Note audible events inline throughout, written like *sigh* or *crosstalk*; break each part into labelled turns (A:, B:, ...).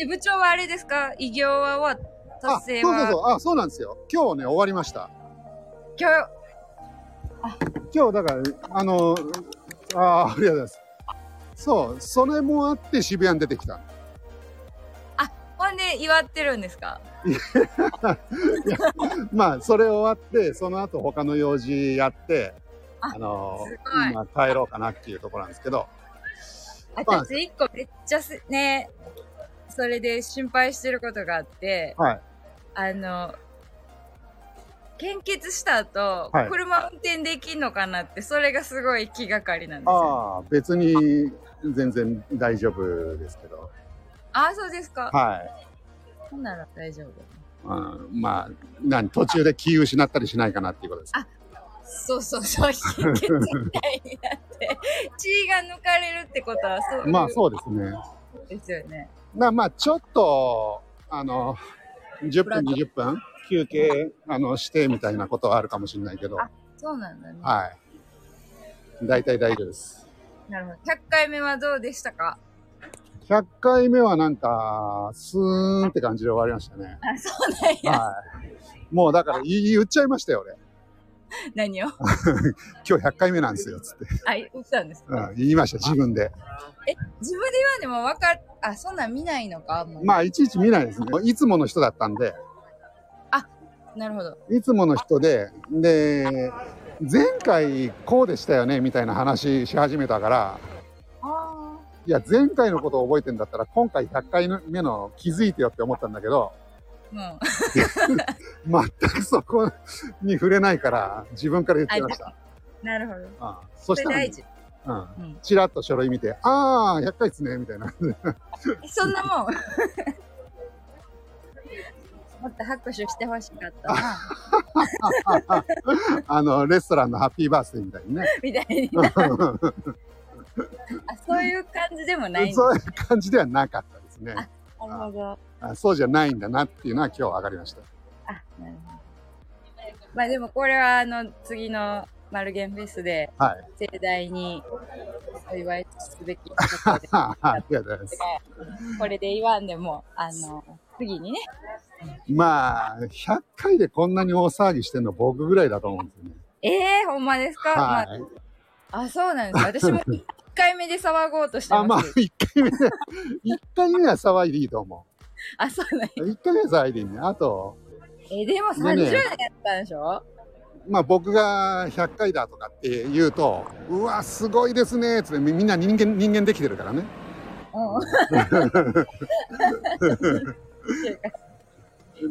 A: え部長はあれですか偉業は終わっ
B: あ、
A: 達
B: そ
A: 成
B: うそう
A: は
B: そう。あ、そうなんですよ。今日ね、終わりました。
A: 今日
B: 今日だから、あの、ああ、ありがとうございます。そう、それもあって渋谷に出てきた。
A: ほんで祝ってるんですか
B: まあ、それ終わって、その後他の用事やって、
A: あ
B: あの
A: すごい、
B: まあ、帰ろうかなっていうところなんですけど、
A: 私一個めっちゃすねそれで心配してることがあって
B: はい。
A: あの献血した後、
B: はい
A: 車運転できんのかなってそれがすごい気がかりなんですよ
B: ああ、別に全然大丈夫ですけど、
A: ああそうですか
B: はい。
A: ほんなら大丈夫
B: うん、まあ、何、途中で気失ったりしないかなっていうことです。
A: そうそうそう貧血みたいになって血が抜かれるってことはそう
B: まあ、
A: い
B: そうですね。
A: うですよね
B: なまあちょっとあの10分20分休憩あのしてみたいなことはあるかもしれないけど
A: あそうなんだね、
B: はい大体大丈夫です
A: なるほど100回目はどうでしたか
B: 100回目はなんかスーンって感じで終わりましたね
A: あそうなんや
B: はいもうだから言い言っちゃいましたよ俺
A: 何を
B: 今日100回目なんですよつって、
A: あ言ったんですか、
B: うん、言いました自分で
A: 自分で言わんでも分かっあそんなん見ないのかもう、
B: まあいちいち見ないですねいつもの人だったんで
A: なるほど
B: いつもの人でで前回こうでしたよねみたいな話し始めたから
A: あ
B: いや、前回のことを覚えてんだったら、今回100回目の気づいてよって思ったんだけど、
A: あもう
B: 全くそこに触れないから、自分から言ってました。
A: *laughs* なるほど
B: ああそ
A: そ
B: し
A: れ
B: たら
A: 大、事
B: う
A: うん
B: ん、ちらっと書類見て、ああ、100回ですね、みたいな。
A: えそんなもん
B: *laughs*
A: もっと拍手してほしかったな
B: あの、レストランのハッピーバースデーみたいにね。
A: みたいに
B: *laughs*
A: あそういう感じでもないんだ
B: そういう感じではなかったですね。
A: なるほど
B: あそうじゃないんだなっていうのは今日分かり
A: *laughs*
B: ました。
A: あなるほどまあでもこれはあの次のマルゲンフェスで
B: はい。
A: 盛大にお祝いすべきこと
B: *laughs*
A: で
B: あありがとうございます。
A: これで言わんでもあの次にね
B: まあ、100回でこんなに大騒ぎしてるの僕ぐらいだと思うんですよね。
A: ええほんまですか、ま
B: は
A: あ
B: い。
A: あ、そうなんです。私も1回目で騒ごうとしてます。あ、
B: あ、まあ、一回目で、一回目は騒いでいいと思
A: そうなんや。
B: う。一回目は騒いでいいね。あと、
A: え、でも30
B: ね
A: 年
B: ね
A: やったんでしょ
B: まあ僕が100回だとかって言うと、うわ、すごいですね、つってみみんな人間、人間できてるからね。 *laughs*
A: う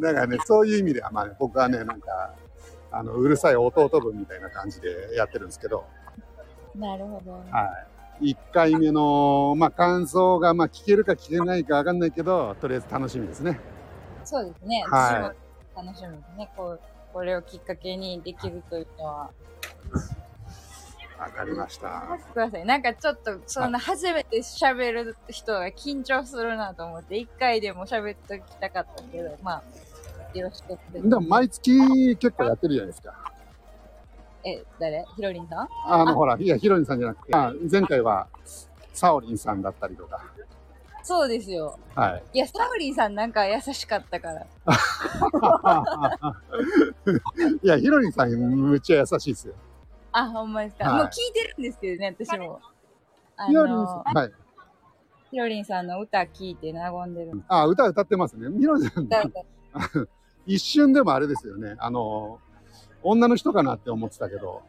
B: だからね、そういう意味では、まあ、ね、僕はね、なんか、あの、うるさい弟分みたいな感じでやってるんですけど、
A: ん。なるほど。
B: はい。一回目の、まあ感想が、まあ聞けるか聞けないかわかんないけど、とりあえず楽しみですね。
A: そうですね。
B: は
A: 私も楽しみですね。こう、これをきっかけにできるというのは。
B: わかりました。
A: ください。なんかちょっと、そんな初めて喋る人が緊張するなと思って、1回でも喋っときたかったけど、まあ、よろしくって
B: でも毎月結構やってるじゃないですか。
A: え、誰ひろりんさん
B: あの、ほら、いや、ヒロリンさんじゃなくて、あ前回は、サオリンさんだったりとか。
A: そうですよ。
B: はい。
A: いや、サウリンさんなんか優しかったから。
B: *laughs* いや、ヒロリンさん、むっちゃ優しいですよ。
A: あ、ほんまですか。
B: はい
A: もう聞いてるんですけどね、私も。あ
B: ヒロリン
A: の
B: さ、ん、はい。
A: ひろりんさんの歌聞いて和んでる。
B: あ、歌歌ってますね。ヒロリンさん、
A: だから
B: 一瞬でもあれですよね。あの、女の人かなって思ってたけど、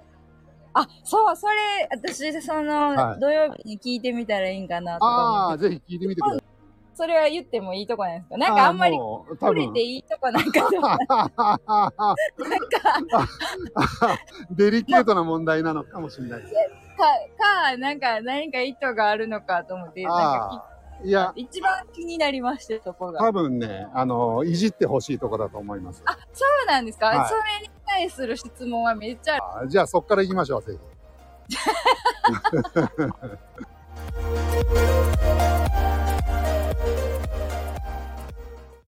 A: あ、そう、それ、私、そ
B: は
A: の、
B: い
A: 土曜日に聞いてみたらいいんかなとか
B: あ
A: 思
B: あ、
A: って、
B: ぜひ聞いてみてください。
A: それは言ってもいいとこなんですかなんかあんまり
B: ー、もう多
A: 触れ
B: 分
A: て。いいとこなんか
B: *laughs*
A: となんか、
B: デリケートな問題なのかもしれないです。
A: か、か、なんか、何か意図があるのかと思って、なん
B: あ
A: か
B: あ、いや、
A: き、一番気になりました、そこが。そ
B: 多分ね、あの、いじってほしいとこだと思います。
A: うなんですか、
B: はい
A: それに対する質問はめっちゃある
B: あじゃあ、そっから行きましょう、ぜひ。